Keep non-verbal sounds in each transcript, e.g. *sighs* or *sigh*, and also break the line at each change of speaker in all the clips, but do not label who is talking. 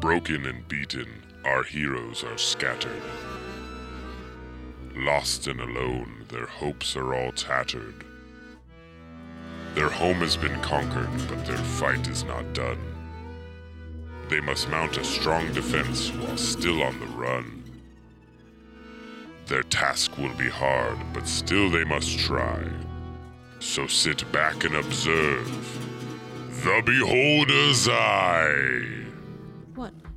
Broken and beaten, our heroes are scattered. Lost and alone, their hopes are all tattered. Their home has been conquered, but their fight is not done. They must mount a strong defense while still on the run. Their task will be hard, but still they must try. So sit back and observe. The Beholder's Eye!
One,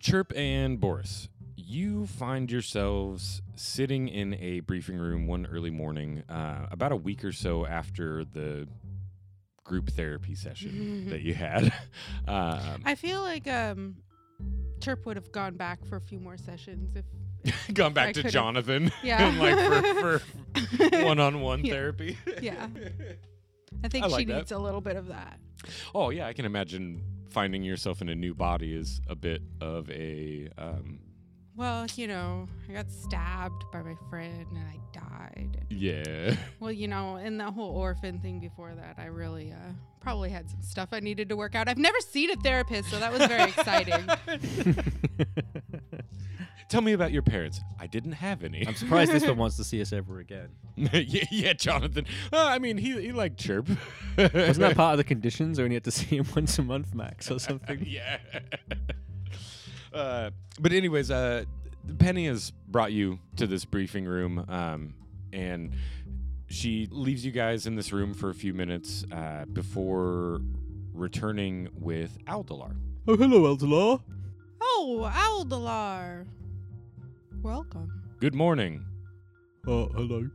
Chirp and Boris, you find yourselves sitting in a briefing room one early morning, uh, about a week or so after the group therapy session
*laughs*
that you had. *laughs* Um,
I feel like um, Chirp would have gone back for a few more sessions
*laughs*
if.
gone back
I
to
could've-
Jonathan *laughs*
Yeah.
and like for,
*laughs*
for one-on-one
Yeah.
therapy. *laughs*
Yeah. I think
I
she
like that.
needs a little bit of that.
Oh yeah, I can imagine finding yourself in a new body is a bit of a um,
Well, you know, I got stabbed by my friend and I died.
yeah. *laughs*
Well, you know, and that whole orphan thing before that, I really uh, probably had some stuff I needed to work out. I've never seen a therapist, so that was
*laughs*
very exciting.
Tell me about your parents. I didn't have any.
I'm surprised this *laughs* one wants to see us ever again.
*laughs* yeah, yeah, Jonathan. Uh, I mean, he he liked chirp. *laughs*
Wasn't that part of the conditions? Only had to
*laughs*
see him once a month max or something.
yeah. *laughs* uh, but anyways, uh, Penny has brought you to this briefing room, um, and she leaves you guys in this room for a few minutes uh, before returning with Aldalar.
*laughs* oh, hello, Eldalar.
oh, Aldalar. Welcome.
Good morning.
Oh, hello.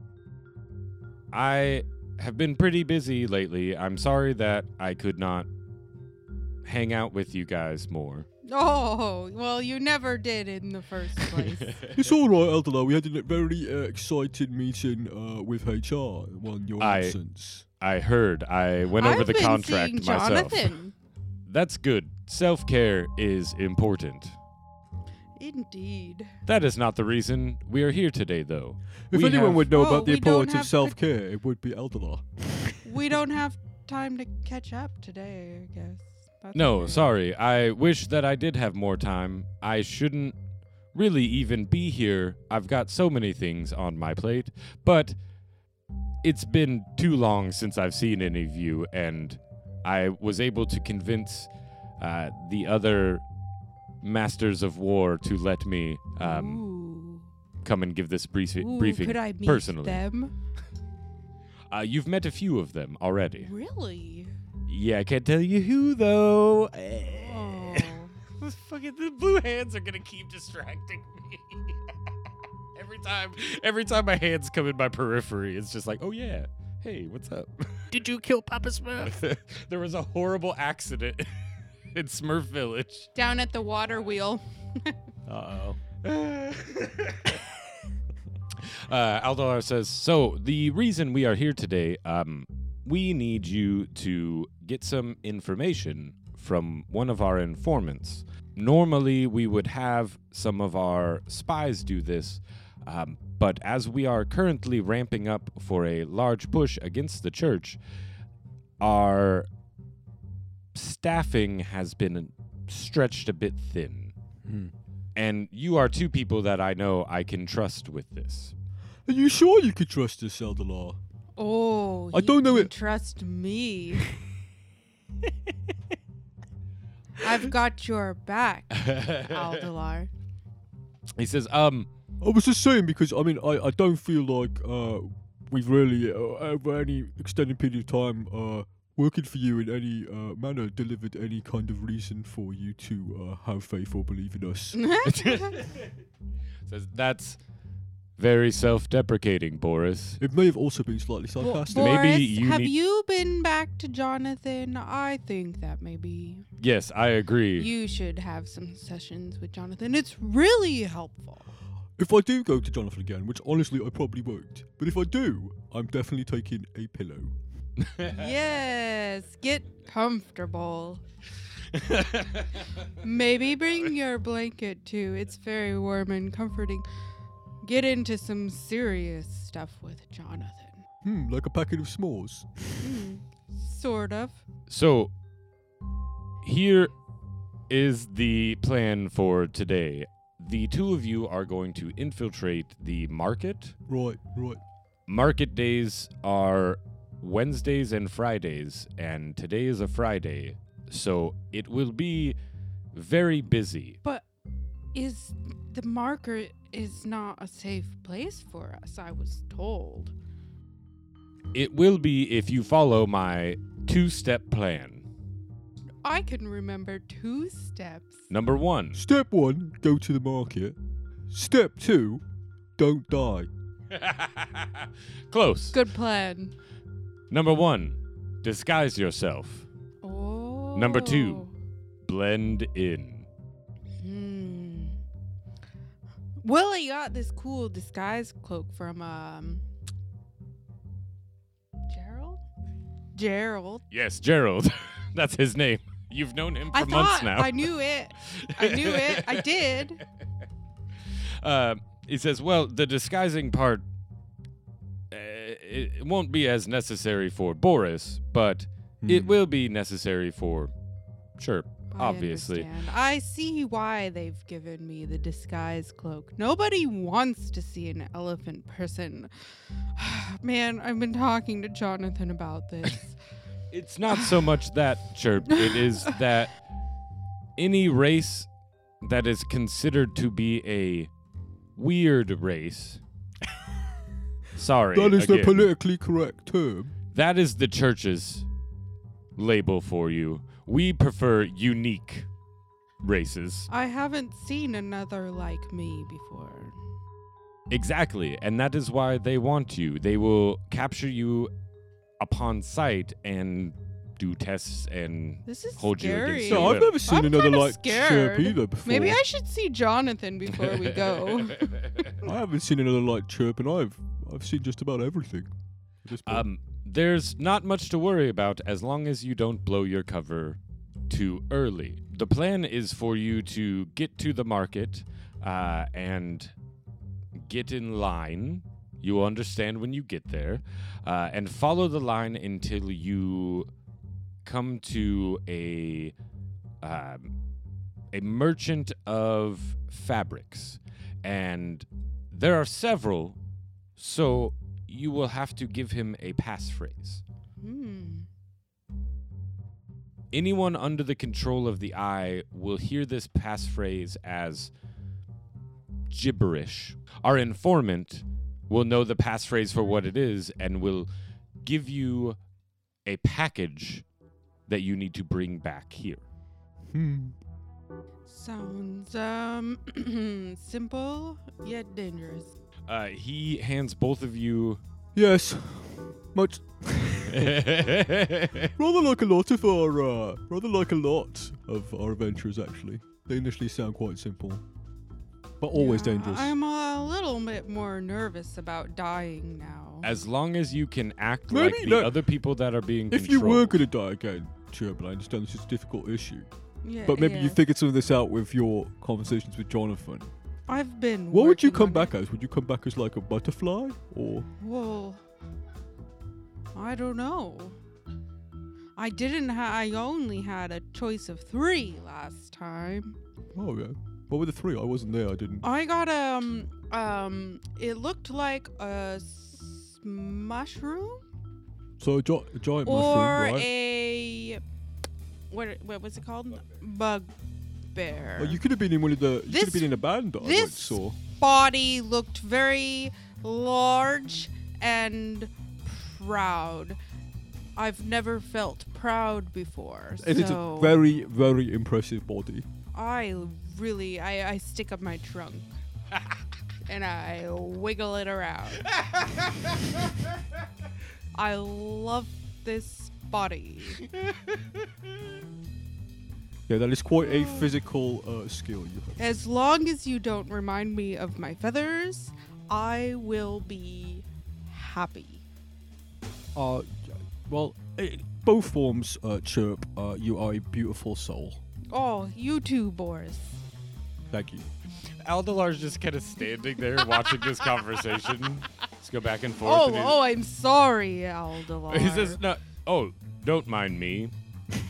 I have been pretty busy lately. I'm sorry that I could not hang out with you guys more.
Oh, well, you never did in
*laughs*
the first place.
It's all right, Eldalar. We had a very uh, exciting meeting uh, with HR on your
I-
absence.
I heard. I went over
I've
the
been
contract
seeing
myself.
Jonathan.
That's good. Self care is important.
Indeed.
That is not the reason we are here today, though.
If
We
anyone
have-
would know
Oh,
about the
we don't
importance
have
of
the-
self care, it would be Eldalar.
We don't have time to catch up today, I guess. That's
No,
okay.
sorry. I wish that I did have more time. I shouldn't really even be here. I've got so many things on my plate. But it's been too long since I've seen any of you, and I was able to convince uh, the other masters of war to let me um, come and give this brief-
Ooh. Ooh,
briefing
could I meet
personally.
them?
Uh, you've met a few of them already.
Really?
Yeah, I can't tell you who though. Eh,
Oh.
Fucking the blue hands are gonna keep distracting me. *laughs* every time, every time my hands come in my periphery, it's just like, oh yeah, hey, what's up? *laughs*
Did you kill Papa Smurf?
there was a horrible accident *laughs* in Smurf Village.
*laughs* Down at the water wheel.
Uh oh.
Uh, Aldalar says, so the reason we are here today, um, we need you to get some information from one of our informants. Normally, we would have some of our spies do this, um, but as we are currently ramping up for a large push against the church, our staffing has been stretched a bit thin. And you are two people that I know I can trust with this.
Are you sure you could trust us, Eldalar?
*laughs* Oh.
I
you
don't know
can
it-
*laughs*
Trust me. I've got your
*laughs*
back, Aldalar.
He says, um, *laughs*
I was just saying because I mean I, I don't feel like uh, we've really uh, over any extended period of time uh, working for you in any uh, manner delivered any kind of reason for you to uh, have faith or believe in us.
*laughs*
Says that's very self-deprecating, Boris.
it may have also been slightly sarcastic.
Maybe
Boris,
you
have
need-
you been back to Jonathan? I think that maybe
Yes, I agree.
you should have some sessions with Jonathan. It's
*laughs*
really helpful.
if I do go to Jonathan again, which honestly I probably won't, but if I do, I'm definitely taking a pillow.
yes, get
*laughs*
comfortable. Maybe bring your blanket too. It's very warm and comforting. Get into some serious stuff with Jonathan.
Hmm, like a packet of s'mores.
Sort of.
So, here is the plan for today. The two of you are going to infiltrate the market.
Right, right.
Market days are Wednesdays and Fridays, and today is a Friday, so it will be very busy.
But is the market is not a safe place for us, I was told.
It will be if you follow my two step plan.
I can remember two steps.
Number
*laughs*
one,
Step one, go to the market. Step two, don't die.
close.
Good plan.
Number one, disguise yourself,
Oh.
Number two. blend in.
Hmm. Willie got this cool disguise cloak from um Gerald? Gerald.
Yes, Gerald. *laughs* That's his name. You've known him for
I
months
thought
now.
I knew it. I knew it.
*laughs*
I did.
Uh, he says, "Well, the disguising part uh, it it won't be as necessary for Boris, but it
Hmm.
will be necessary for sure,
I
obviously."
understand. I see why they've given me the disguise cloak. Nobody wants to see an elephant person. *sighs* Man, I've been talking to Jonathan about this.
*laughs* It's not so much that chirp. It
*laughs*
is that any race that is considered to be a weird
*laughs*
race. Sorry.
That is the
again.
politically correct term.
That is the church's label for you. We prefer unique races.
I haven't seen another like me before.
Exactly. And that is why they want you. They will capture you upon sight and do tests and
This is
hold you
scary.
against
No,
your
I've
will.
never seen
I'm
another
kinda
like
scared.
chirp either before.
Maybe I should see Jonathan before we
*laughs*
go.
I haven't seen another like chirp, and I've I've seen just about everything. at this point.
Um, there's not much to worry about as long as you don't blow your cover too early. The plan is for you to get to the market uh, and get in line. You will understand when you get there, uh, and follow the line until you come to a um, a merchant of fabrics, and there are several. So you will have to give him a passphrase.
Hmm.
Anyone under the control of the eye will hear this passphrase as gibberish. Our informant will know the passphrase for what it is and will give you a package that you need to bring back here.
Hmm.
Sounds um *clears throat* simple yet dangerous.
Uh, he hands both of you. *laughs*
Yes, much
yes,
rather like a lot of our uh, rather like a lot of our adventures. Actually, they initially sound quite simple, but always
Yeah,
dangerous.
I'm a little bit more nervous about dying now.
as long as you can act
Maybe
like the
not-
other people that are being
If you
controlled.
were going to die again, chirp, and I understand this is a difficult issue,
Yeah,
but maybe you
yeah.
figured some of this out with your conversations with Jonathan.
I've been.
What would you
working
come
on it.
back as? Would you come back as like a butterfly or?
Well, I don't know. I didn't. Ha- I only had a choice of three last time.
Oh yeah. What were the three? I wasn't there. I didn't.
I got um um. It looked like a s- mushroom
So a, gi- a giant
or
mushroom, right?
a what? What was it called? Bugbear.
Well, Oh, you could have been in one of the. You could
This-
have been in a band. I once
this-
saw.
body looked very large and proud. I've never felt proud before.
It is
so
a very, very impressive body.
I really, I, I stick up my trunk and I wiggle it around. I love this body.
Yeah, that is quite a physical uh, skill you have.
As long as you don't remind me of my feathers, I will be happy.
Uh, well, i both forms uh, chirp. Uh, you are a beautiful soul.
Oh, you too, Boris.
Thank you.
Aldelar's just kind of standing there watching this conversation. Let's go back and forth.
Oh,
and he's-
oh, I'm sorry, Aldalar.
He says, "No, oh, don't mind me.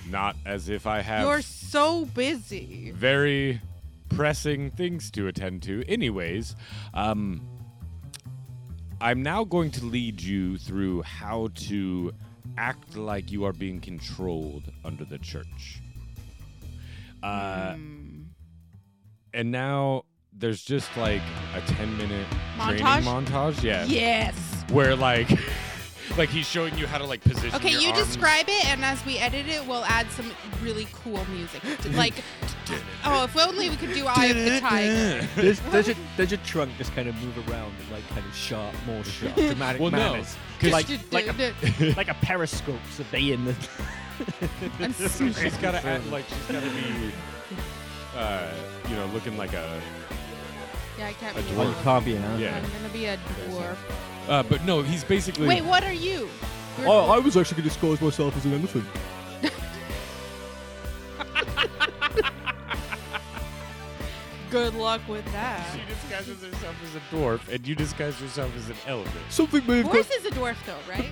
Not as if I have
You're so busy.
very pressing things to attend to. Anyways, um, I'm now going to lead you through how to act like you are being controlled under the church. Uh,
Hmm.
And now there's just like a 10 minute
Montage?
training montage. Yeah.
Yes.
Where like. *laughs* Like he's showing you how to like position.
Okay,
your
you
arms.
describe it, and as we edit it, we'll add some really cool music.
*laughs*
Like, oh, if only we could do Eye of the Tiger.
There's, there's, *laughs* your, there's your trunk just kind of move around in like kind of sharp,
*laughs*
more sharp,
*laughs*
dramatic
Well, no,
manners.
'cause-
Like,
like a- like a periscope, so they in *laughs* the.
*laughs*
I'm so
She's got to *laughs* act like she's got to be, uh, you know, looking like a.
Yeah, I can't
A
be.
dwarf.
one.
can't be an
Yeah.
I'm gonna be a dwarf.
Uh, but no, he's basically.
Wait, what are you? You're-
I,
Oh,
I was actually going to disguise myself as an elephant.
uh,
Good luck with that.
She disguises herself as a dwarf, and you disguise yourself as an elephant.
Something may have,
Boris
got,
is a dwarf, though,
*laughs*
right?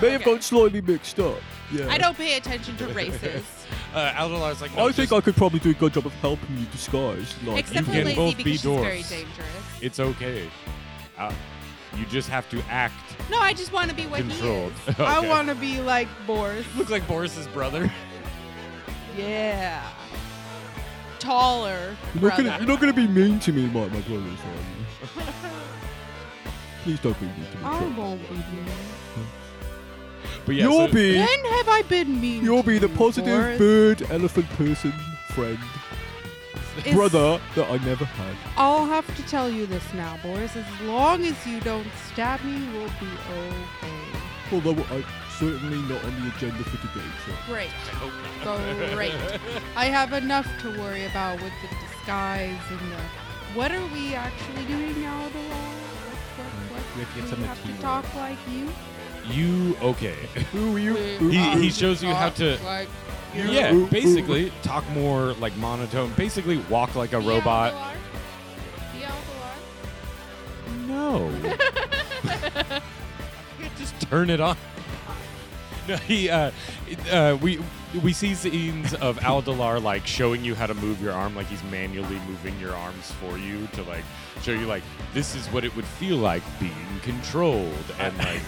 may have
okay.
gone slightly mixed up. Yeah.
I don't pay attention
*laughs*
to races,
Uh, Aldelar's like.
I think I could probably do a good job of helping you disguise. Like,
except for
can
Lazy
both be
because she's very
dwarfs.
dangerous.
It's okay. Uh, you just have to act
No, I just want to be what
controlled.
he is.
*laughs*
I
Okay.
want to be like Boris.
*laughs* Look like Boris's brother.
Yeah. Taller.
You're not,
brother.
gonna, you're not gonna be mean to me, my, my brothers, are you? Please don't be mean
*laughs*
to me.
I
Trevor.
won't be mean.
But yeah,
you'll
so-
be
When have I been mean?
you'll
to
be the
you,
positive
Boris?
bird, elephant person, friend,
It's-
brother that I never had.
I'll have to tell you this now, Boris. As long as you don't stab me, we'll be okay.
Although I'm certainly not on the agenda for today, so
Great. Great. I have enough to worry about with the disguise and the. What are we actually doing now, the law? What, what, what?
We have to get
do
some
have to
material.
talk like you.
You okay?
who are you?
Who
He-
are
he
you
shows you how
talk
to-
Like
yeah, basically talk more like monotone. Basically walk like a robot.
Be out
*laughs*
the lot.
No. Just turn it on. No, he uh, it- uh, we we see scenes of Aldalar like showing you how to move your arm, like he's manually moving your arms for you to like show you like this is what it would feel like being controlled, and like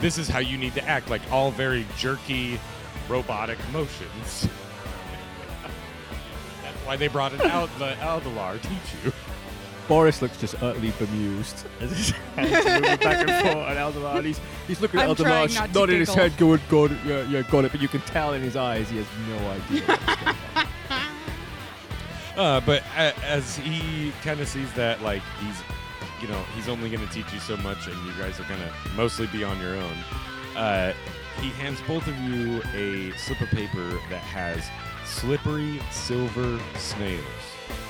this is how you need to act, like all very jerky, robotic motions. *laughs* That's why they brought an Ald- Aldalar teach you.
Boris looks just utterly *laughs* bemused.
As his hands moving back and forth, and
*laughs*
Aldebar, he's,
He's looking at
I'm
other
trying
lads,
not to
nodding his
giggle.
head, going, "Got it, yeah, yeah, got it." But you can tell in his eyes he has
*laughs*
no idea.
Uh, but a- as he kind of sees that, like he's, you know, he's only going to teach you so much, and you guys are going to mostly be on your own. Uh, he hands both of you a slip of paper that has "slippery silver snails"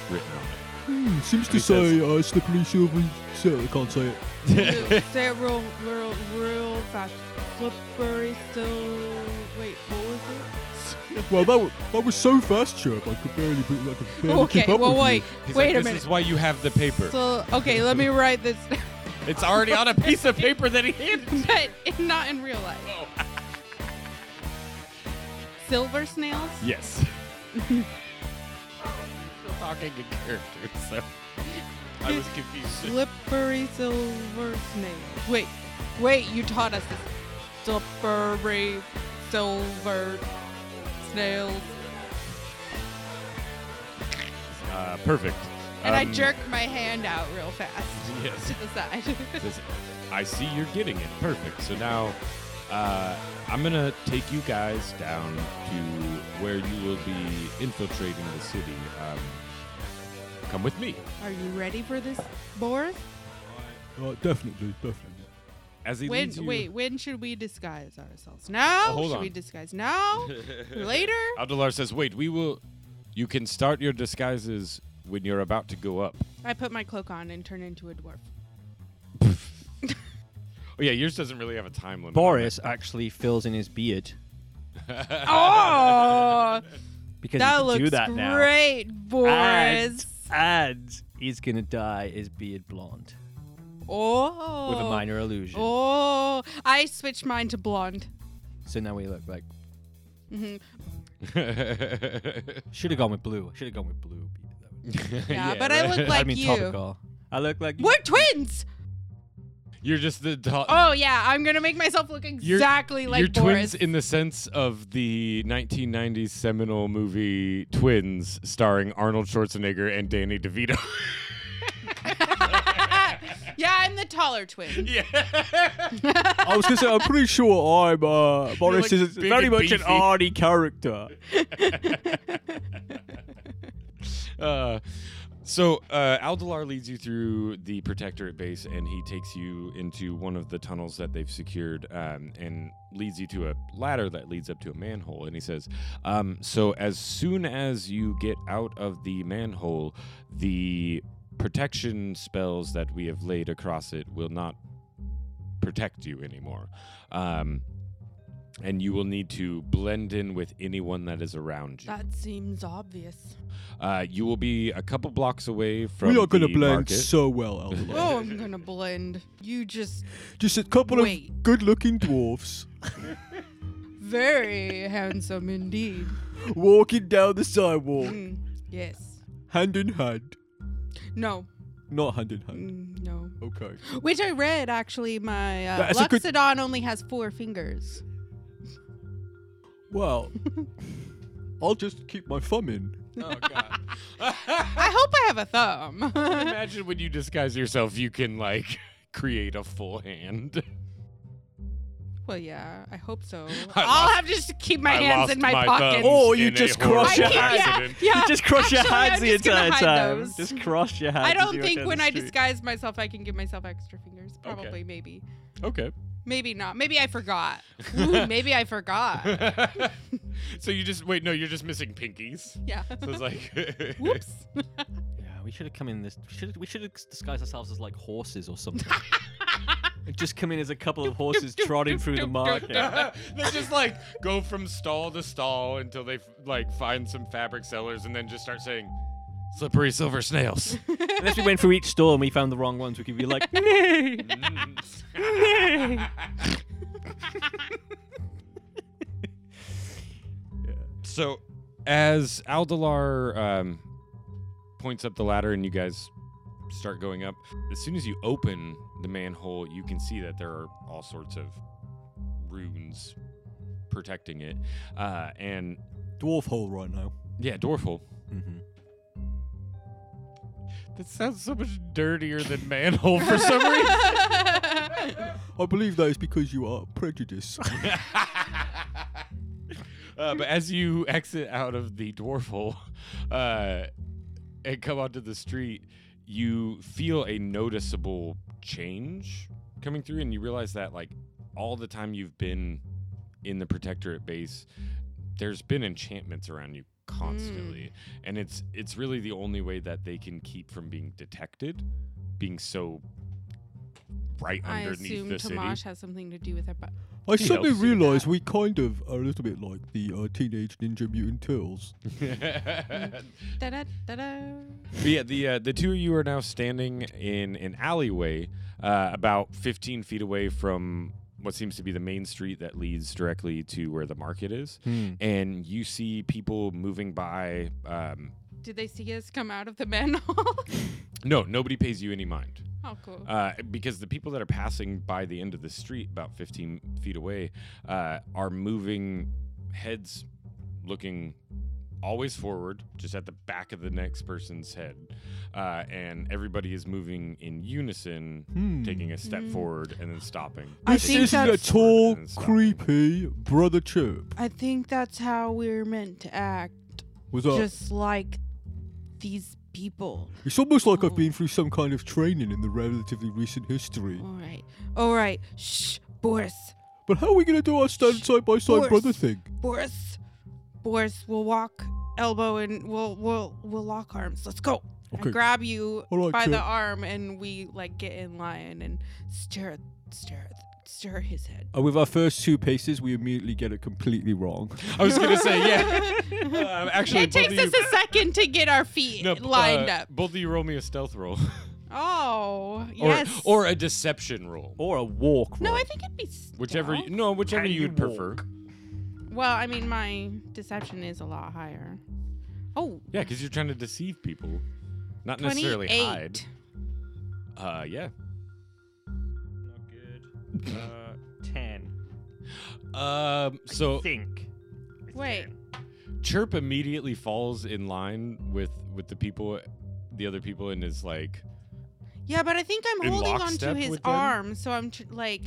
written on
Hmm, Seems
He
to
says-
say uh, slippery silver. So I can't say it.
*laughs*
Real- say it real, real, real fast. Slippery still. Wait, what was it?
Well, that was, that was so fast, Chirp. I could barely, be- I could
*laughs*
barely
Okay,
keep up
well,
with
wait.
you.
it. He's
Wait
like,
a
This
minute.
is why you have the paper.
So, okay, let me write this *laughs*
it's already on a piece of paper that he handed. *laughs*
but not in real life.
Oh.
Silver snails? *laughs*
Yes. Still talking in character, so I was confused.
Slippery silver snails. Wait, wait, you taught us this. Slippery silver snails.
Uh, perfect.
And I
Um,
jerk my hand out real fast *laughs*
Yes.
to the side.
Says, I see you're getting it. Perfect. So now Uh, I'm gonna take you guys down to where you will be infiltrating the city. Um, come with me.
*laughs* Are you ready for this, Boris?
Uh, definitely, definitely.
As he
When,
leads you,
wait, when should we disguise ourselves? Now?
Oh, hold
should
on.
we disguise now? Later?
Aldalar says, "Wait, we will. You can start your disguises when you're about to go up."
I put my cloak on and turn into a dwarf.
Oh yeah, yours doesn't really have a time limit. on
Boris actually fills in his beard
Oh!
because
that
he can
looks
do that now.
great, Boris.
And, and he's gonna dye his beard blonde
Oh.
with a minor illusion.
Oh, I switched mine to blonde.
So now we look like
hmm
it.
should have gone with blue. Should have gone with blue. beard. That would've been-
*laughs*
Yeah, but I look like
I mean
you.
topical. I look like you.
We're twins.
*laughs* You're just the do-
Oh yeah, I'm gonna make myself look
You're-
exactly like
you're
Boris.
twins in the sense of the 1990s seminal movie Twins, starring Arnold Schwarzenegger and Danny DeVito.
yeah, I'm the taller twin.
yeah,
I was gonna say, I'm pretty sure I'm uh, Boris
like
is
big
very
and
much an
beefy.
arty character.
*laughs* Uh, so uh, Aldalar leads you through the Protectorate base, and he takes you into one of the tunnels that they've secured, um, and leads you to a ladder that leads up to a manhole. And he says, um, "So as soon as you get out of the manhole, the protection spells that we have laid across it will not protect you anymore." Um, and you will need to blend in with anyone that is around you.
That seems obvious.
Uh, you will be a couple blocks away from.
we are gonna
the
blend
market.
so well, *laughs* Elderlock.
Oh, I'm gonna blend. You just
Just a couple
Wait.
of good-looking dwarfs
very handsome indeed.
walking down the sidewalk,
Mm, yes.
hand in hand.
No.
Not hand in hand.
Mm, no.
Okay.
Which I reid actually. My uh,
That's a good-
Luxodon only has four fingers. *laughs*
Well, I'll just keep my thumb in.
I hope I have a thumb.
*laughs*
*laughs*
Imagine when you disguise yourself, you can like *laughs* create a full hand.
Well, yeah, I hope so.
I
I'll
lost-
have just to keep my
I
hands
lost
in my,
my Oh,
pockets.
thumbs
Or Oh, you
in a
just
horrible
cross your
I can't- yeah,
accident.
yeah.
You just cross your
Actually,
hands
I'm
the
just gonna
entire
hide
time.
those.
Just cross your hands.
I
as
don't
you
think
walk down
when
the
I
street.
disguise myself, I can give myself extra fingers. Probably, maybe,
Okay.
maybe not. Maybe
*laughs*
I forgot. Ooh, maybe I forgot.
so you just wait. No, you're just missing pinkies.
Yeah.
So it's like.
*laughs* Whoops.
*laughs*
Yeah, we should have come in this. We should we should have disguised ourselves as like horses or something. And *laughs* just come in as a couple of
*laughs*
horses trotting through the market.
they just like go from stall to stall until they like find some fabric sellers and then just start saying slippery silver snails.
Unless we went through each store and we found the wrong ones, we could be like,
So, as Aldalar um, points up the ladder and you guys start going up, as soon as you open the manhole, you can see that there are all sorts of runes protecting it. Uh, and
Dwarf hole right now.
yeah, Dwarful. That sounds so much dirtier than manhole for some reason.
I believe that is because you are
*laughs*
prejudiced.
*laughs* Uh, but as you exit out of the dwarf hole uh, and come onto the street, you feel a noticeable change coming through, and you realize that, like, all the time you've been in the protectorate base, there's been enchantments around you
Mm.
constantly, and it's it's really the only way that they can keep from being detected, being so right
I
underneath
assume
the city. *laughs*
Tamash has something to do with it, but
I suddenly
helps you with
realised we kind of are a little bit like the uh, teenage Ninja Mutant Turtles.
da-da, da-da.
But yeah, the uh, the two of you are now standing in an alleyway uh, about 15 feet away from what seems to be the main street that leads directly to where the market is, and you see people moving by. Um,
Did they see us come out of the manhole? *laughs*
no, nobody pays you any mind
How cool.
uh, because the people that are passing by the end of the street, about 15 feet away, uh, are moving heads, looking always forward, just at the back of the next person's head, uh, and everybody is moving in unison,
Hmm.
taking a step
Mm.
forward and then
*laughs*
stopping.
I
This
think
isn't
that's-
at all
And stopping.
creepy, brother Chirp.
I think that's how we're meant to act,
Was that?
just like these people.
It's almost like I've
Oh.
been through some kind of training in the relatively recent history.
All right, all right. Shh, Boris,
But how are we going to do our stand side by side
Boris.
brother thing?
Boris, Boris. We'll walk elbow and we'll we'll we'll lock arms. Let's go. I
Okay.
grab you
All right,
by the
Chip.
arm and we like get in line and stir stir stir his head.
And Uh, with our first two paces, we immediately get it completely wrong.
I was gonna say, yeah.
*laughs*
Um, actually,
it takes
both of
us
you,
a second to get our feet
no,
lined
uh,
up.
Both of you roll me a stealth roll, *laughs*
Oh,
or
yes.
or a deception roll,
Or a walk.
no,
roll.
I think it'd be stealth.
whichever. You, no, whichever
How do
you
you
would prefer.
walk?
Well, I mean, my deception is a lot higher. Oh,
Yeah, because you're trying to deceive people, not necessarily
28.
hide. Uh, yeah.
Not good. Uh, ten.
Um, so
Think. It's
Wait.
10.
Chirp immediately falls in line with with the people, the other people, and is like,
Yeah, but I think I'm
In
holding on to
lockstep
his
with them?
arm, so I'm tr- like,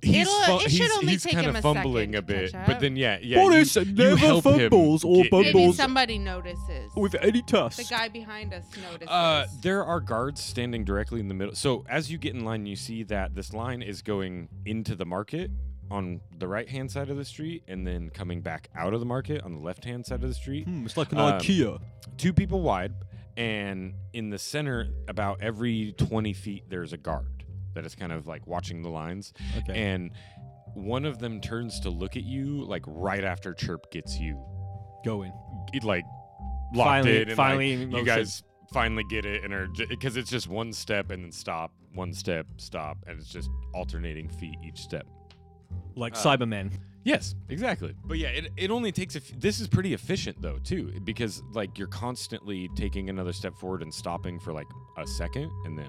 he's
It'll-
fu-
it should
he's,
only
he's
take
kind of
him a
fumbling
second
a,
to
bit,
catch
but
up.
then yeah, yeah,
Boris
you, you
never
help him
fumbles or
get-
maybe
bumbles.
somebody notices.
Uh, With any task.
the guy behind us notices.
Uh, there are guards standing directly in the middle. So as you get in line, you see that this line is going into the market on the right hand side of the street, and then coming back out of the market on the left hand side of the street.
Hmm, it's like an
Um,
IKEA.
two people wide, and in the center, about every 20 feet, there's a guard that is kind of like watching the lines.
Okay.
And one of them turns to look at you, like right after Chirp gets you.
Going.
It like locked
Finally-
in. And,
finally
like,
in
you
motion.
guys finally get it, and are because it's just one step and then stop, one step, stop, and it's just alternating feet each step.
like Cybermen.
Yes, exactly. But yeah, it, it only takes a. F- this is pretty efficient though too, because like you're constantly taking another step forward and stopping for like a second and then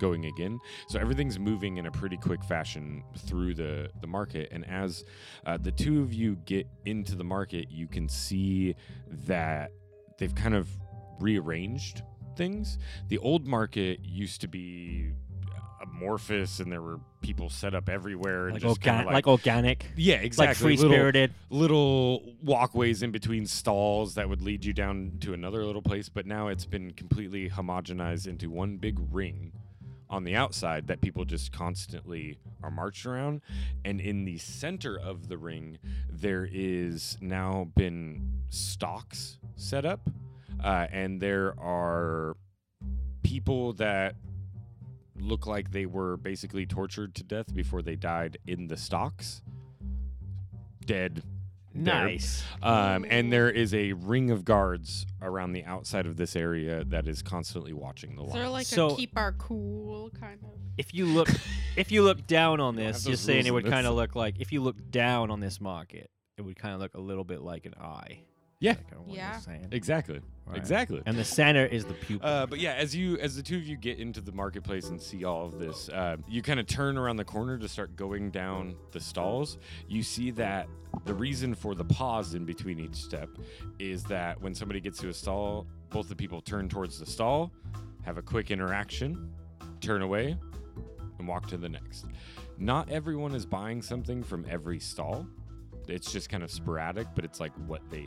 going again. So everything's moving in a pretty quick fashion through the the market. And as uh, the two of you get into the market, you can see that they've kind of rearranged things. The old market used to be amorphous and there were people set up everywhere and
Like,
just kinda
organ- like organic.
yeah, exactly.
Like free
Little-
spirited.
little walkways in between stalls that would lead you down to another little place, but now it's been completely homogenized into one big ring on the outside that people just constantly are marched around. And in the center of the ring, there is now been stocks set up, uh, and there are people that look like they were basically tortured to death before they died in the stocks. Dead, there.
Nice.
um, and there is a ring of guards around the outside of this area that is constantly watching the
Is there
line.
like
So-
a keep our cool kind of?
If you look, if you look down on
*laughs*
You don't have
this,
those
you're saying
rules
it
in
would
this.
kind of look like if you look down on this market, it would kind of look a little bit like an eye.
Yeah.
Like, I don't know what you're
Yeah.
saying.
Exactly.
Right.
Exactly.
And the center is the pupil.
Uh, but yeah, as you as the two of you get into the marketplace and see all of this, uh, you kind of turn around the corner to start going down the stalls. You see that the reason for the pause in between each step is that when somebody gets to a stall, both the people turn towards the stall, have a quick interaction, turn away, and walk to the next. Not everyone is buying something from every stall. It's just kind of sporadic, but it's like what they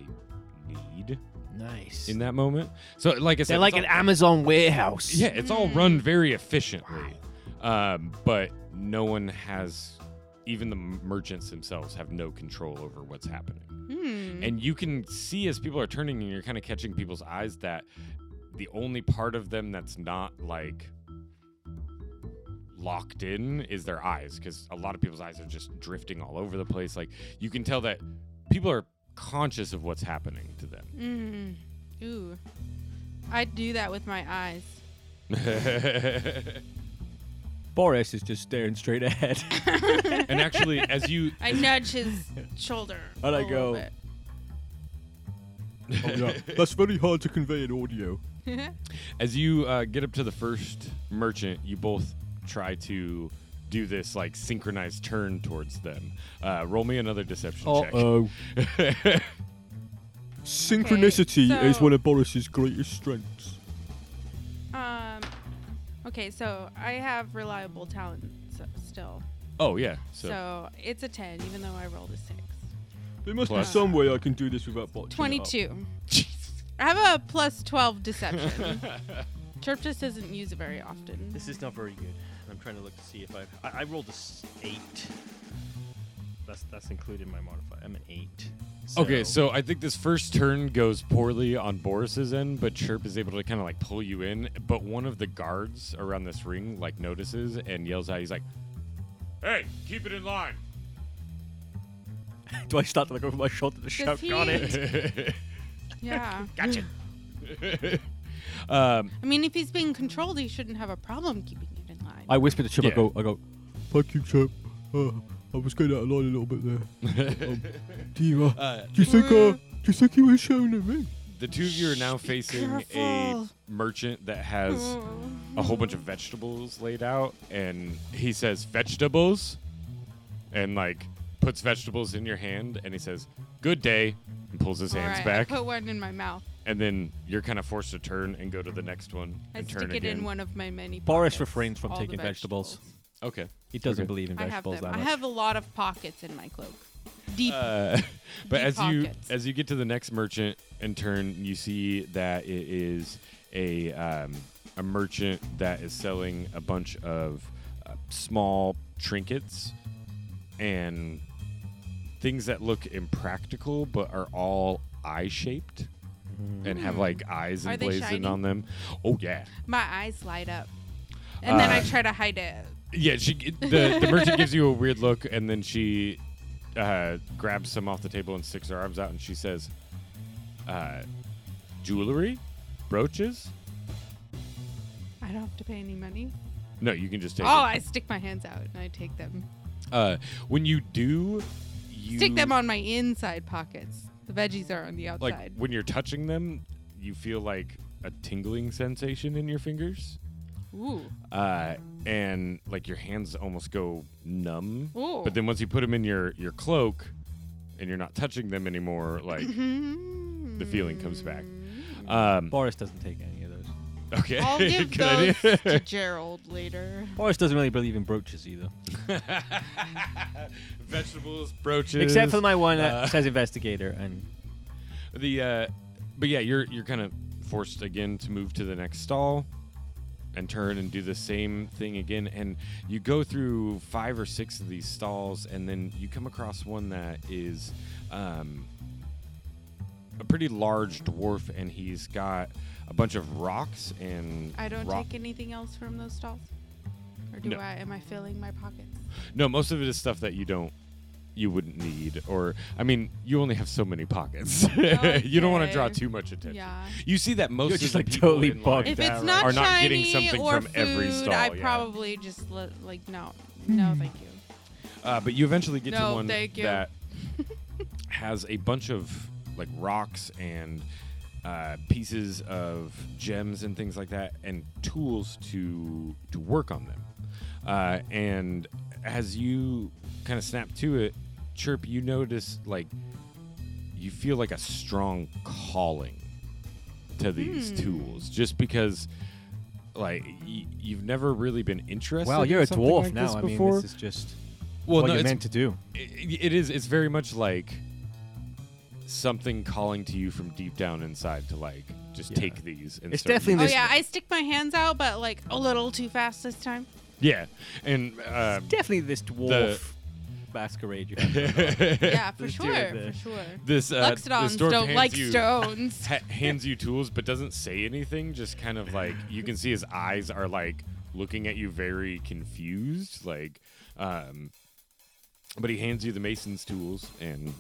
need
nice.
in that moment. So, like I said,
They're like
it's
an
all-
Amazon warehouse.
yeah, it's all run very efficiently, um, but no one has, even the merchants themselves, have no control over what's happening.
Hmm.
And you can see as people are turning, and you're kind of catching people's eyes that the only part of them that's not like locked in is their eyes, because a lot of people's eyes are just drifting all over the place. Like you can tell that people are conscious of what's happening to them. *laughs*
Mm. Ooh. I do that with my eyes.
Boris is just staring straight ahead.
and actually, as you
*laughs*
I nudge his shoulder.
How'd I
a little
go? *laughs* Oh, yeah. *laughs* That's very hard to convey in audio.
bit. *laughs*
As you uh, get up to the first merchant, you both try to do this like synchronized
Oh, *laughs*
turn towards them. Uh, roll me another deception
Uh oh.
check.
Synchronicity is
so-
one of Boris's greatest strengths.
Um. Okay, so I have reliable talent s- still.
Oh yeah.
So.
So,
it's a 10, even though I rolled a 6.
There must
Plus-
be some way I can do this without botching. it up.
22. *laughs* I have a plus 12
*laughs*
deception. Chirp just doesn't use it very often.
This is not very good. I'm trying to look to see if I've. I, I rolled a s- eight. That's that's included in my modifier. I'm an eight.
okay, so I think this first turn goes poorly on Boris's end, but Chirp is able to kind of like pull you in. But one of the guards around this ring like notices and yells out. He's like, "Hey, keep it in line."
Do I start to look over my shoulder to shout?
he-
Got it.
*laughs* Yeah. *laughs*
Um,
I mean, if he's being controlled, he shouldn't have a problem keeping it in line.
I whisper to Chip.
Yeah.
I go. I go.
Thank you, chap. Uh, I was going out of line a little bit there. *laughs* um, do you, uh, do you think,
Mm.
uh, do you think he was shouting at me?
the two of you are now facing a
careful.
merchant that has a whole bunch of vegetables laid out, and he says, "Vegetables," and like puts vegetables in your hand, and he says, "Good day," and pulls his
All
hands
right,
back.
I put one in my mouth.
and then you're kind of forced to turn and go to the next one
I
and
stick
turn
it
again.
in one of my many.
Boris
pockets,
refrains from
all the
taking vegetables.
Okay.
He doesn't
Okay.
believe in
I have
vegetables
them.
that
I
much.
have a lot of pockets in my cloak. Deep.
Uh, *laughs* but
Deep
as you
pockets.
as you get to the next merchant and turn, you see that it is a um, a merchant that is selling a bunch of uh, small trinkets and things that look impractical but are all eye shaped and have like eyes
Hmm. Are they
emblazoned
shiny?
on them. Oh yeah.
my eyes light up, and then I
Uh,
try to hide it.
Yeah, she g- the, the merchant gives you a weird look, and then she uh, grabs some off the table and sticks her arms out, and she says, uh, "Jewelry, brooches?
I don't have to pay any money.
No, you can just
Oh,
take it.
I stick my hands out and I take them.
Uh, when you do, you
Stick them on my inside pockets. The veggies are on the
Like
outside.
when you're touching them, you feel like a tingling sensation in your fingers,
Ooh.
uh, and like your hands almost go numb.
Ooh.
But then once you put them in your your cloak, and you're not touching them anymore, like
Mm-hmm.
the feeling comes back. Um,
Boris doesn't take any of those.
Okay. *laughs*
I'll give
Good idea.
those
*laughs*
to Gerald later.
Boris doesn't really believe in brooches either.
Vegetables, brooches.
Except for my one that
uh,
says investigator, *laughs* and
the, uh, but yeah, you're you're kind of forced again to move to the next stall, and turn and do the same thing again. And you go through five or six of these stalls, and then you come across one that is, um, a pretty large dwarf, and he's got a bunch of rocks and
I don't
rock-
take anything else from those stalls. Or do
No.
I? Am I filling my pockets?
No, most of it is stuff that you don't, you wouldn't need, or I mean, you only have so many pockets. *laughs* you don't want to draw
Okay.
too much attention.
Yeah.
You see that most
You're
of
just,
the
like,
people
totally
in line
bugged
If
Yeah,
it's
right.
not
are not
shiny
getting something
or
from
food,
every stall.
I
yeah. Mm.
probably just li- like no, no, thank you.
Uh, but you eventually get to
No,
one
thank you.
that *laughs* has a bunch of like rocks and uh, pieces of gems and things like that, and tools to to work on them. Uh, and as you kind of snap to it, chirp, you notice like you feel like a strong calling to
Hmm.
these tools, just because like y- you've never really been interested.
well,
in
you're a
something
dwarf
like
now.
this
I mean,
before.
this is just
well,
what
no,
you're
it's
meant to do.
it it is it's very much like something calling to you from deep down inside to like just
Yeah.
take these and
It's
start
Oh
definitely This-
yeah, I stick my hands out, but like a little too fast this
*laughs*
time.
yeah and uh,
Definitely this dwarf
The-
masquerade. You have. *laughs*
Yeah, for
Let's do
sure,
it
for
then.
sure.
this uh, this
Luxodons
dwarf
don't
hands
like
you,
stones.
ha- hands you tools but doesn't say anything just kind of like you can see his eyes are like looking at you very confused like um but he hands you the mason's tools and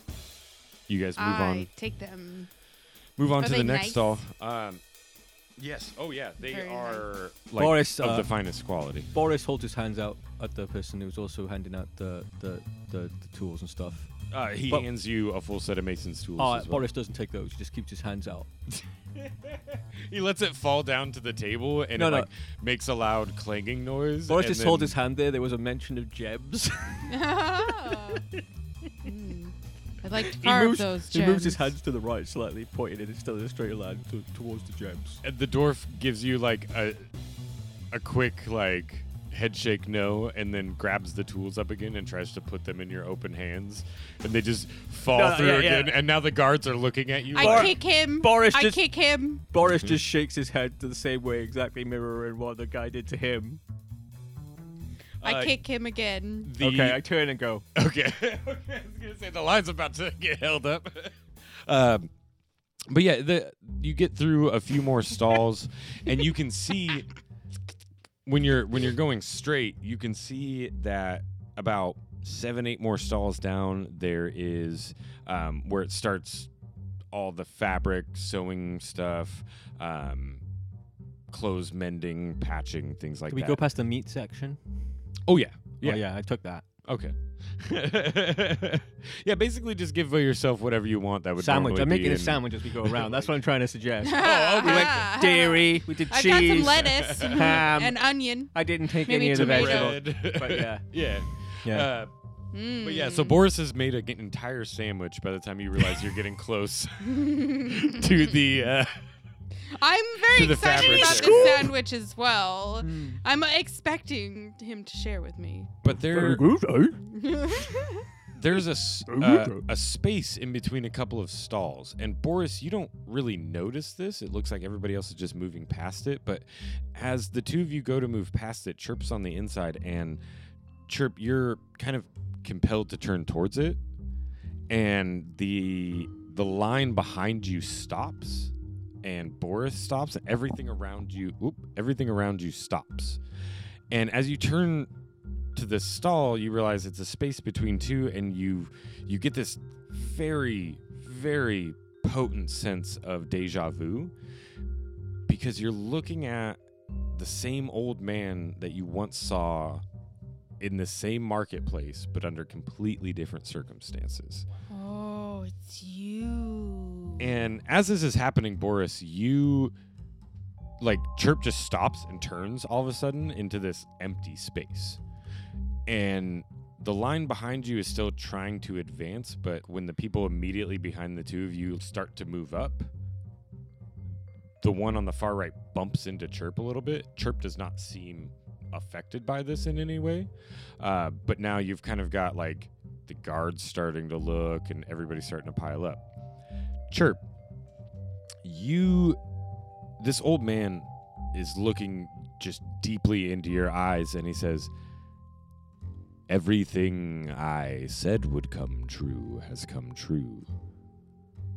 you guys *laughs* move on
I take them. *laughs*
*laughs* Move on
Are
to
they
the next
nice?
stall. Um, yes. Oh yeah, they
Very
are like
Boris,
of
uh,
the finest quality.
Boris holds his hands out at the person who's also handing out the the, the, the tools and stuff.
Uh, he
but-
hands you a full set of mason's tools.
Oh,
as well.
Boris doesn't take those. He just keeps his hands out.
He lets it fall down to the table and
No,
it
no.
like makes a loud clanging noise.
Boris
and
just held
then-
his hand there. There was a mention of gems.
Mm, I I'd like to
*laughs*
He
carve
moves,
those
he
gems.
moves his hands to the right slightly, pointing in instead of a straight line to, towards the gems.
And the dwarf gives you like a a quick like head shake no and then grabs the tools up again and tries to put them in your open hands and they just fall
No, no,
through
yeah, yeah.
again and now the guards are looking at you
I
like,
kick him.
Boris
I
just-
kick him.
Boris
Mm-hmm.
just shakes his head to the same way, exactly mirroring what the guy did to him.
I
Uh,
kick him again.
the,
Okay, I turn and go.
*laughs*
okay okay i was gonna say the line's about to get held up
Um, but yeah, the you get through a few more stalls, and you can see when you're when you're going straight, you can see that about seven eight more stalls down there is um, where it starts all the fabric sewing stuff, um, clothes mending, patching things like
Can we
that.
go past the meat section?
oh yeah,
Oh,
yeah,
yeah, I took that.
*laughs*
Okay. yeah, basically just give yourself whatever you want. That would
sandwich.
normally
I'm
be
making a
in-
sandwich as we go around. That's what I'm trying
*laughs*
to suggest.
oh,
we went dairy. We
*laughs*
did
I
cheese.
got some lettuce
ham.
and onion.
I didn't take
Maybe
any of the
tomato.
vegetables.
Bread.
*laughs*
But yeah,
*laughs* yeah
yeah.
uh, but yeah so boris has made a, an entire sandwich by the time you realize you're getting close *laughs* to the uh,
I'm
to
very
the
excited
fabric
about
there.
this sandwich as well. I'm expecting him to share with me. *laughs*
But
Er.
there
eh?
there's a s- uh, a space in between a couple of stalls, and Boris, you don't really notice this. It looks like everybody else is just moving past it, but as the two of you go to move past it, Chirp's on the inside, and Chirp, you're kind of compelled to turn towards it, and the the line behind you stops, and Boris stops, and everything around you, oop, everything around you stops, and as you turn to this stall, you realize it's a space between two, and you you get this very, very potent sense of deja vu because you're looking at the same old man that you once saw in the same marketplace, but under completely different circumstances.
Oh, it's you.
And as this is happening, Boris, you like Chirp just stops and turns all of a sudden into this empty space. And the line behind you is still trying to advance, but when the people immediately behind the two of you start to move up, the one on the far right bumps into Chirp a little bit. Chirp does not seem affected by this in any way. Uh, but now you've kind of got like the guards starting to look and everybody's starting to pile up. Chirp, you. This old man is looking just deeply into your eyes and he says, Everything I said would come true has come true.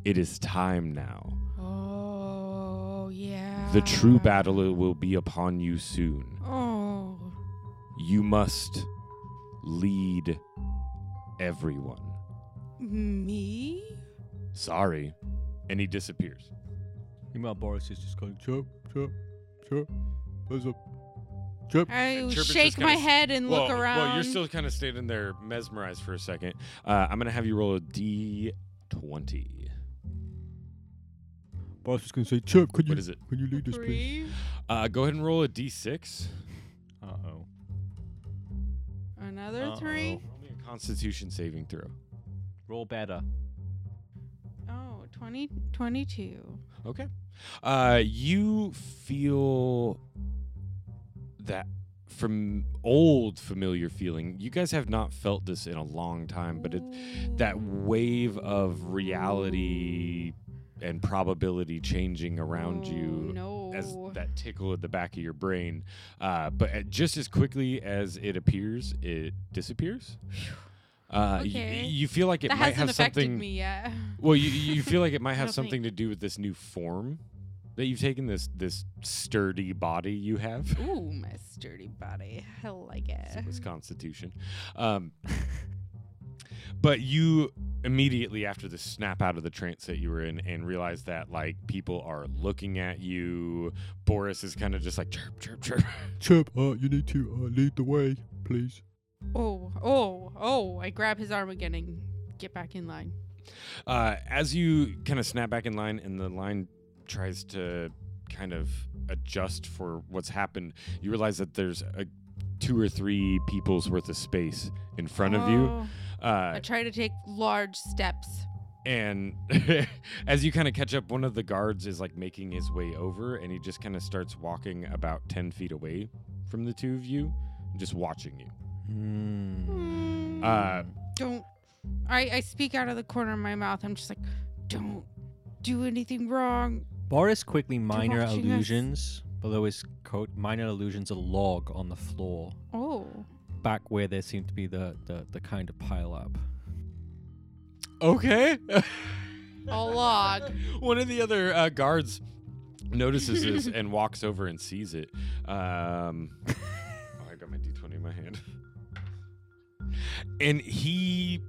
It is time now.
Oh, yeah.
The true battle will be upon you soon.
Oh.
You must lead everyone.
Me?
Sorry. And he disappears.
Meanwhile, Boris is
Just going chirp, chirp, chirp. There's a chirp.
I
Chirp is
shake
just kinda
my
s-
head and
well,
look around.
Well, you're still kind of standing there mesmerized for a second. Uh, I'm going to have you roll a d20.
Boris was going to say, chirp, could you,
What is it?
Can you lead this,
Three.
please?
Uh, go ahead and roll a d6.
Uh oh.
Another
Uh-oh.
three.
Constitution saving throw.
Roll better.
Oh, 20, 22.
Okay. Uh, you feel that from old familiar feeling. You guys have not felt this in a long time, but it that wave of reality and probability changing around you
Oh, No.
as that tickle at the back of your brain. Uh, but at- just as quickly as it appears, it disappears. Uh, y-
Okay.
you feel like it
that
might
hasn't
have
affected
something.
me yet.
Well, you,
*laughs*
you feel like it might have
don't
something to do with this new form that you've taken. This this sturdy body you have.
Ooh, my sturdy body. I like it.
It was Constitution. Um, but you immediately after the snap out of the trance that you were in and realize that like people are looking at you. Boris is kind of just like chirp chirp chirp.
Chirp, uh, you need to uh, lead the way, please.
Oh, oh, oh. I grab his arm again and get back in line.
Uh, as you kind of snap back in line and the line tries to kind of adjust for what's happened, you realize that there's a two or three people's worth of space in front of you.
Oh,
Uh,
I try to take large steps.
And *laughs* as you kind of catch up, one of the guards is like making his way over and he just kind of starts walking about 10 feet away from the two of you, just watching you.
Hmm.
Uh,
Mm, Don't. I, I speak out of the corner of my mouth. I'm just like, don't do anything wrong.
Boris quickly minor
watching us.
allusions below his coat. Minor allusions a log on the floor,
Oh.
back where there seemed to be the the, the kind of pile up.
okay. *laughs*
A log.
One of the other uh, guards notices this *laughs* and walks over and sees it. Um, oh, I got my d20 in my hand. *laughs* And he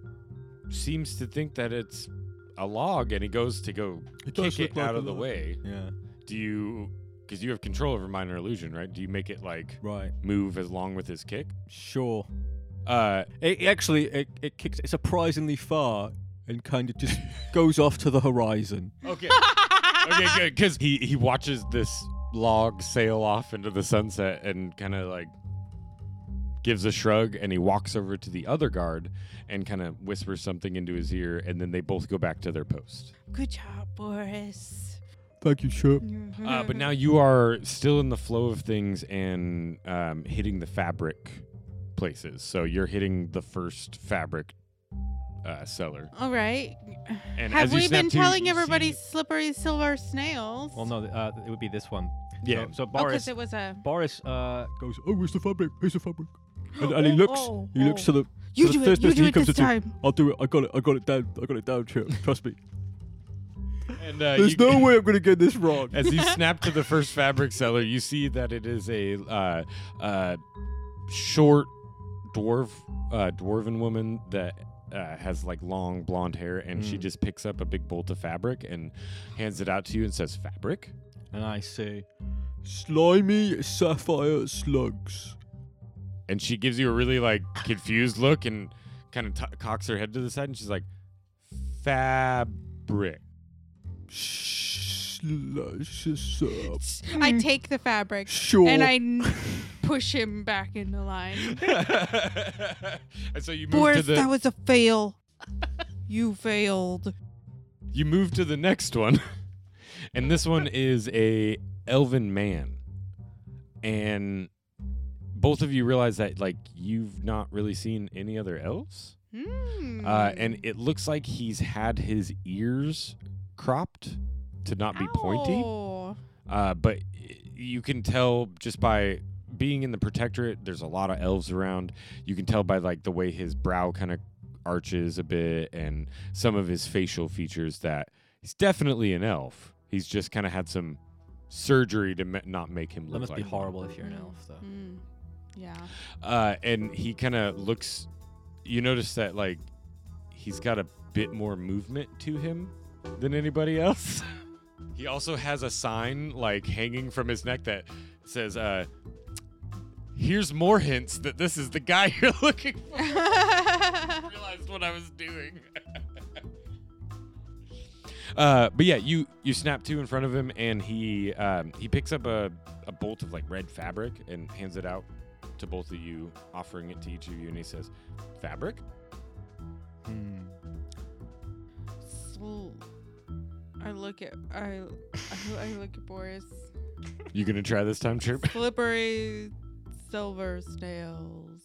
seems to think that it's a log and he goes to go
It does
kick it
look like
out
a
of the
log.
way.
Yeah.
Do you, because you have control over minor illusion, right? Do you make it like
Right.
move as long with his kick?
Sure.
Uh,
It, actually, it, it kicks
surprisingly far and kind
*laughs*
of just goes off to the horizon.
Okay. okay, good. Because he, he watches this log sail off into the sunset and kind of like gives a shrug and he walks over to the other guard and kind of whispers something into his ear and then they both go back to their post.
Good job, Boris.
Thank you, Chirp.
Mm-hmm,
Uh, but now you are still in the flow of things and um, hitting the fabric places. So you're hitting the first fabric uh, seller.
All right.
And
Have
as you
we
snap
been
to,
telling
you
everybody
see-
slippery silver snails?
Well, no, th- uh, it would be this one.
Yeah.
So, so
Oh, 'cause
Boris,
it was a.
Boris, uh,
Goes, oh, where's the fabric? Where's the fabric?
And, and he
Oh,
looks,
oh,
he looks
oh.
to the.
You
the
do it.
first
You
person
do
who
it
comes
this
to do-
time.
I'll do it. I got it. I got it down. I got it down, Chirp. Trust me.
and, uh,
There's
you-
no way I'm gonna get this wrong.
As you snap to the first fabric seller, you see that it is a uh, uh, short dwarf uh, dwarven woman that uh, has like long blonde hair, and she
Mm.
just picks up a big bolt of fabric and hands it out to you and says, "Fabric."
and I say,
Slimy sapphire slugs.
And she gives you a really like confused look and kind of t- cocks her head to the side, and she's like, "Fabric." *laughs*
Slushes up.
I take the fabric
Sure.
and I
*laughs*
n- push him back into line.
and so you move to
Boris,
the
that was a *laughs* fail. you failed.
you move to the next one *laughs* and this one is a elven man and both of you realize that like you've not really seen any other elves
Hmm.
uh, and it looks like he's had his ears cropped to not be pointy
Ow.
uh, but y- you can tell just by being in the protectorate there's a lot of elves around you can tell by like the way his brow kind of arches a bit and some of his facial features that he's definitely an elf he's just kind of had some surgery to ma- not make him
that
look
must
like
be
one.
horrible if you're an elf, though.
Hmm. Yeah. *laughs*
uh, and he kind of looks you notice that like he's got a bit more movement to him than anybody else *laughs* he also has a sign like hanging from his neck that says uh here's more hints that this is the guy *laughs* you're looking for I realized what i was doing *laughs* Uh, but yeah, you you snap two in front of him, and he um, he picks up a, a bolt of like red fabric and hands it out to both of you, offering it to each of you, and he says, "Fabric."
Sl- I look at I I, I look
*laughs*
at Boris.
You gonna try this time, Chirp?
Slippery silver snails.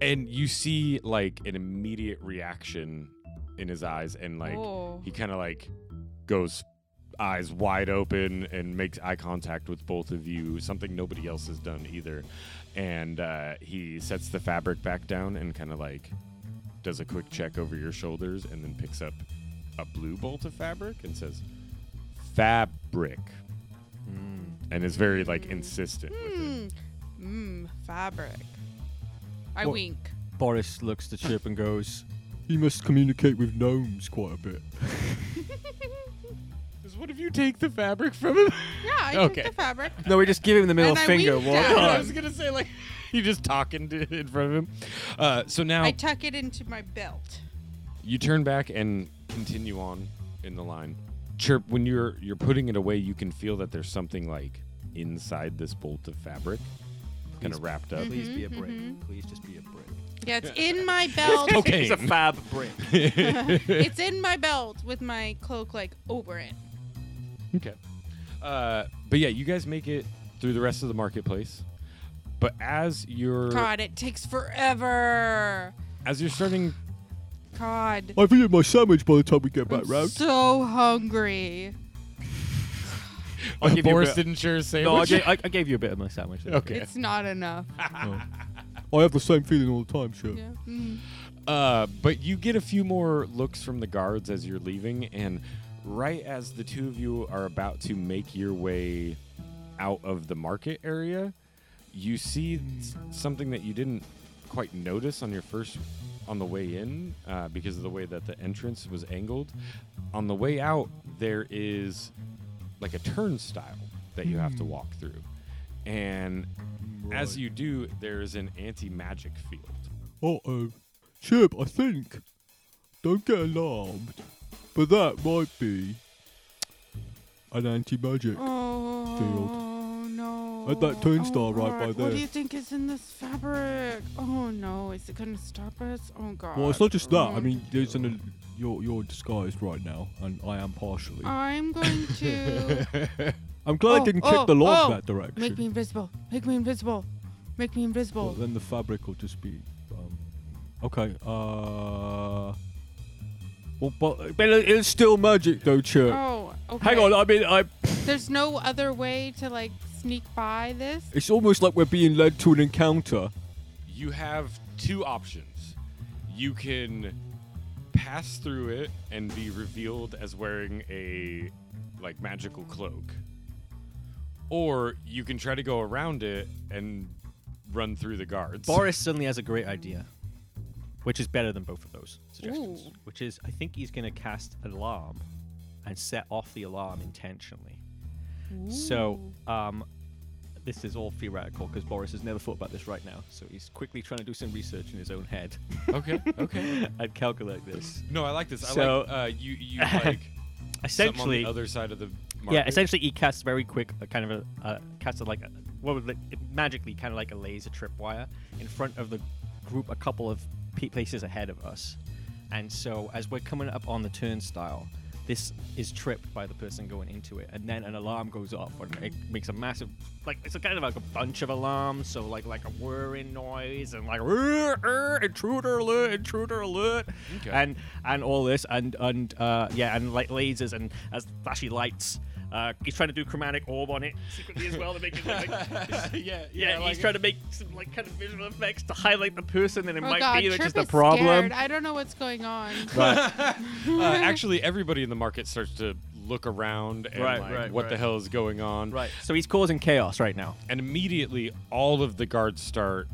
And you see like an immediate reaction in his eyes, and like
oh.
he kind of like goes eyes wide open and makes eye contact with both of you, something nobody else has done either. And uh, he sets the fabric back down and kind of like does a quick check over your shoulders, and then picks up a blue bolt of fabric and says, "Fabric," and is very like insistent. With it.
Mmm, mmm, fabric. I
What-
wink. *laughs*
Boris looks to Chirp and goes,
He must communicate with gnomes quite a bit.
Does one of you take the fabric from him? *laughs*
Yeah, I
Okay.
took the fabric.
*laughs* "No, we Mm-hmm, just give him the middle
And I
finger."
winked
One
at
*laughs*
I
time.
was gonna say like *laughs* you just talking to, in front of him. Uh, so now
I tuck it into my belt.
you turn back and continue on in the line. Chirp, when you're you're putting it away, you can feel that there's something like inside this bolt of fabric, kind
Please-
of wrapped up.
mm-hmm. Please be a brick. Please just be a brick.
Yeah, it's in my belt.
*laughs*
Cocaine.
It's a fab brick.
it's in my belt with my cloak like over it.
Mm-hmm.
Okay. Uh, but yeah, you guys make it through the rest of the marketplace. But as you're
God, it takes forever.
as you're starting,
God.
I've eaten my sandwich by the time we get back
I'm
round.
so hungry.
I'll give you a
Boris
bit-
didn't share say
No, I gave, I, I gave you a bit of my sandwich. there.
*laughs* Okay.
It's not enough.
Ah. I have the same feeling all the time, sure.
Yeah. Mm.
Uh, but you get a few more looks from the guards as you're leaving, and right as the two of you are about to make your way out of the market area, you see s- something that you didn't quite notice on your first on the way in uh, because of the way that the entrance was angled. On the way out, there is like a turnstile that you have to walk through, and as
Right.
you do, there is an anti-magic field.
Uh oh. Chip, I think. Don't get alarmed. But that might be an anti magic.
Oh no.
At that turnstile
Oh,
right by
God.
there.
What do you think is in this fabric? Oh no, is it gonna stop us? Oh god.
Well, it's not just that. I
Mm.
mean, there's an, you're, you're disguised right now, and I am
*laughs*
partially.
I'm going to
I'm glad
Oh,
I didn't
oh,
kick the log
oh.
that direction.
make me invisible. Make me invisible. Make me
Well,
invisible.
then the fabric will just be. Um, okay. Uh. Well, but, but it- it's still magic, though, Chip.
Oh, okay.
Hang
uh,
on. I mean, I.
There's no other way to like sneak by this.
It's almost like we're being led to an encounter.
you have two options. You can pass through it and be revealed as wearing a like magical cloak. Or you can try to go around it and run through the guards.
Boris suddenly has a great idea, which is better than both of those suggestions.
Ooh.
Which is, I think he's going to cast alarm and set off the alarm intentionally. So, um, this is all theoretical because Boris has never thought about this right now. So he's quickly trying to do some research in his own head
*laughs* okay, okay.
and calculate this.
No, I like this. I
So-
like uh, you you
*laughs*
like something on
Essentially,
the other side of the market.
yeah. Essentially, he casts very quick, uh, kind of a uh, casts a, like a, what would like, it magically kind of like a laser tripwire in front of the group, a couple of pe- places ahead of us. And so, as we're coming up on the turnstile, this is tripped by the person going into it, and then an alarm goes off, and it makes a massive, like it's a kind of like a bunch of alarms, so like like a whirring noise and like "Rrr, rrr, intruder alert, intruder alert,
Okay.
and and all this, and and uh, yeah, and like lasers and as flashy lights. Uh, he's trying to do chromatic orb on it secretly as well to make it look
*laughs*
like
yeah,
yeah, he's trying to make some like kind of visual effects to highlight the person, and it
Oh
might
god,
be like
Trip
just a
is
problem.
Scared. I don't know what's going on. *laughs*
uh, actually everybody in the market starts to look around and
Right,
like
right,
what the
right.
hell is going on.
Right. So he's causing chaos right now.
and immediately all of the guards start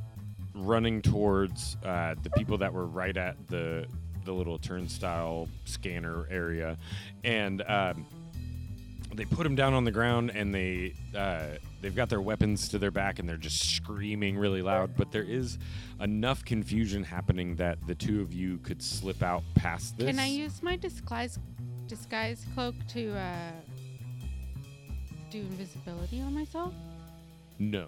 running towards uh, the people that were right at the the little turnstile scanner area, and um, they put him down on the ground and they uh, they've got their weapons to their back and they're just screaming really loud. But there is enough confusion happening that the two of you could slip out past this.
Can I use my disguise disguise cloak to uh, do invisibility on myself?
No.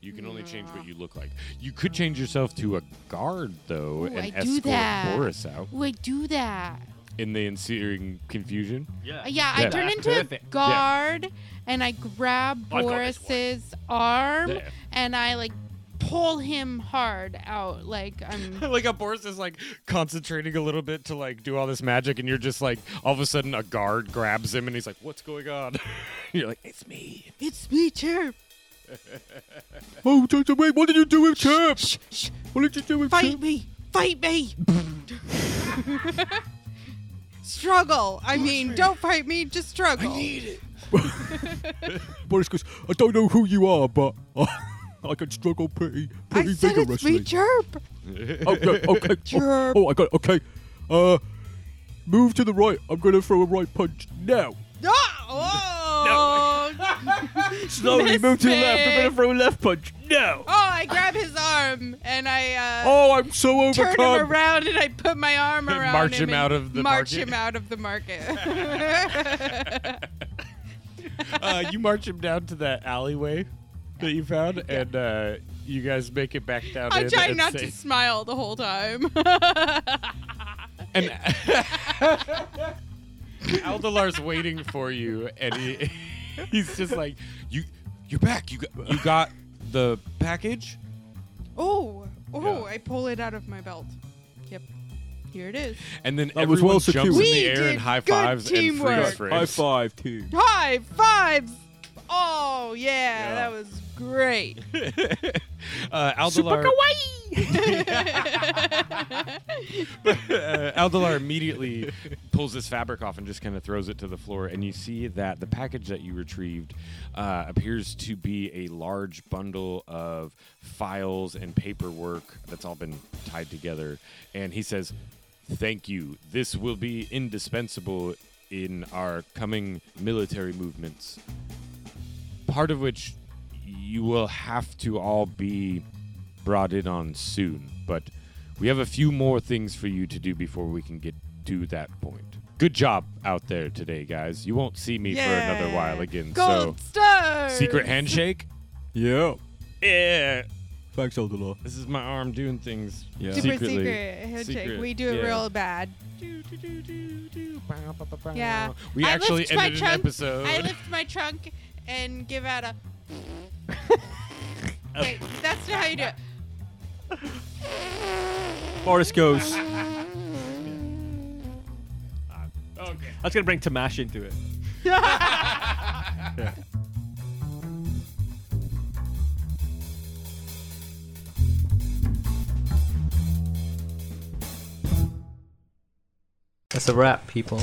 You can only change what you look like. You could change yourself to a guard, though,
Ooh,
and
I do
escort
that.
Boris out.
Ooh, I do that.
in the ensuing confusion.
Uh, yeah, I
Yeah.
turn
That's
into a
perfect.
guard and I grab
I got this one.
Boris's arm
Yeah.
and I like pull him hard out like
*laughs*
I'm
like a Boris is like concentrating a little bit to like do all this magic, and you're just like all of a sudden a guard grabs him, and he's like, "What's going on?" *laughs* you're like, "It's *laughs* me."
*laughs* It's me, Chip.
Oh, don't- don't- wait, what did you do with Chip? What did you do with
Fight
Chip?
me! Fight *laughs* me! struggle. I mean, don't fight me, just struggle.
Boris goes, I don't know who you are, but *laughs* I can struggle pretty,
I
pretty
said it's
vigorously.
me, Chirp.
okay,
*laughs*
okay. Oh,
Chirp.
oh, I got it. Okay. Uh, move to the right. I'm going to throw a right punch now.
No. *laughs* Oh.
Slowly move to the left. I'm gonna
Misfit.
throw a left punch. No.
Oh, I grab his arm and I uh,
Oh, I'm so
*laughs* turn
overcome.
him around and I put
*laughs*
my arm around
March
him,
him
and
out of the
march
market.
him out of
*laughs*
the market. *laughs*
Uh, you march him down to that alleyway that you found, and uh, you guys make it back down.
I
in
try
and
not
say- *laughs*
to smile the whole time. *laughs*
And *laughs* Aldalar's waiting for you, and he, *laughs* he's just like, "You, you're back. You got, you got the package."
oh, oh!
Yeah.
I pull it out of my belt. Yep, here it is.
And then
That was
everyone
well
jumps
secured.
in the
We
air
did
and high
good
fives and freeze
teamwork.
High
frames.
five, team.
High fives! Oh yeah, that was
*laughs*
great.
uh, Aldalar, uh, Aldalar immediately pulls this fabric off and just kind of throws it to the floor, and you see that the package that you retrieved uh, appears to be a large bundle of files and paperwork that's all been tied together. And he says, "Thank you. This will be indispensable in our coming military movements. Part of which you will have to all be." brought in on soon, but we have a few more things for you to do before we can get to that point. Good job out there today, guys. You won't see me for another while again.
Gold
so,
stars.
secret handshake?
Yeah.
Yeah.
Thanks, Aldalar.
This is my arm doing things.
Yeah.
Super
secretly.
secret handshake.
Secret,
We do it
yeah.
real bad.
Do, do, do, do, do. Bow, bow, bow, bow.
Yeah.
We
I
actually
lift my
ended an
trunk-
episode.
I lift my trunk and give
*laughs*
out a. Wait, that's not how you do it.
Boris goes.
okay.
That's gonna bring Tamash into it.
That's a wrap, people.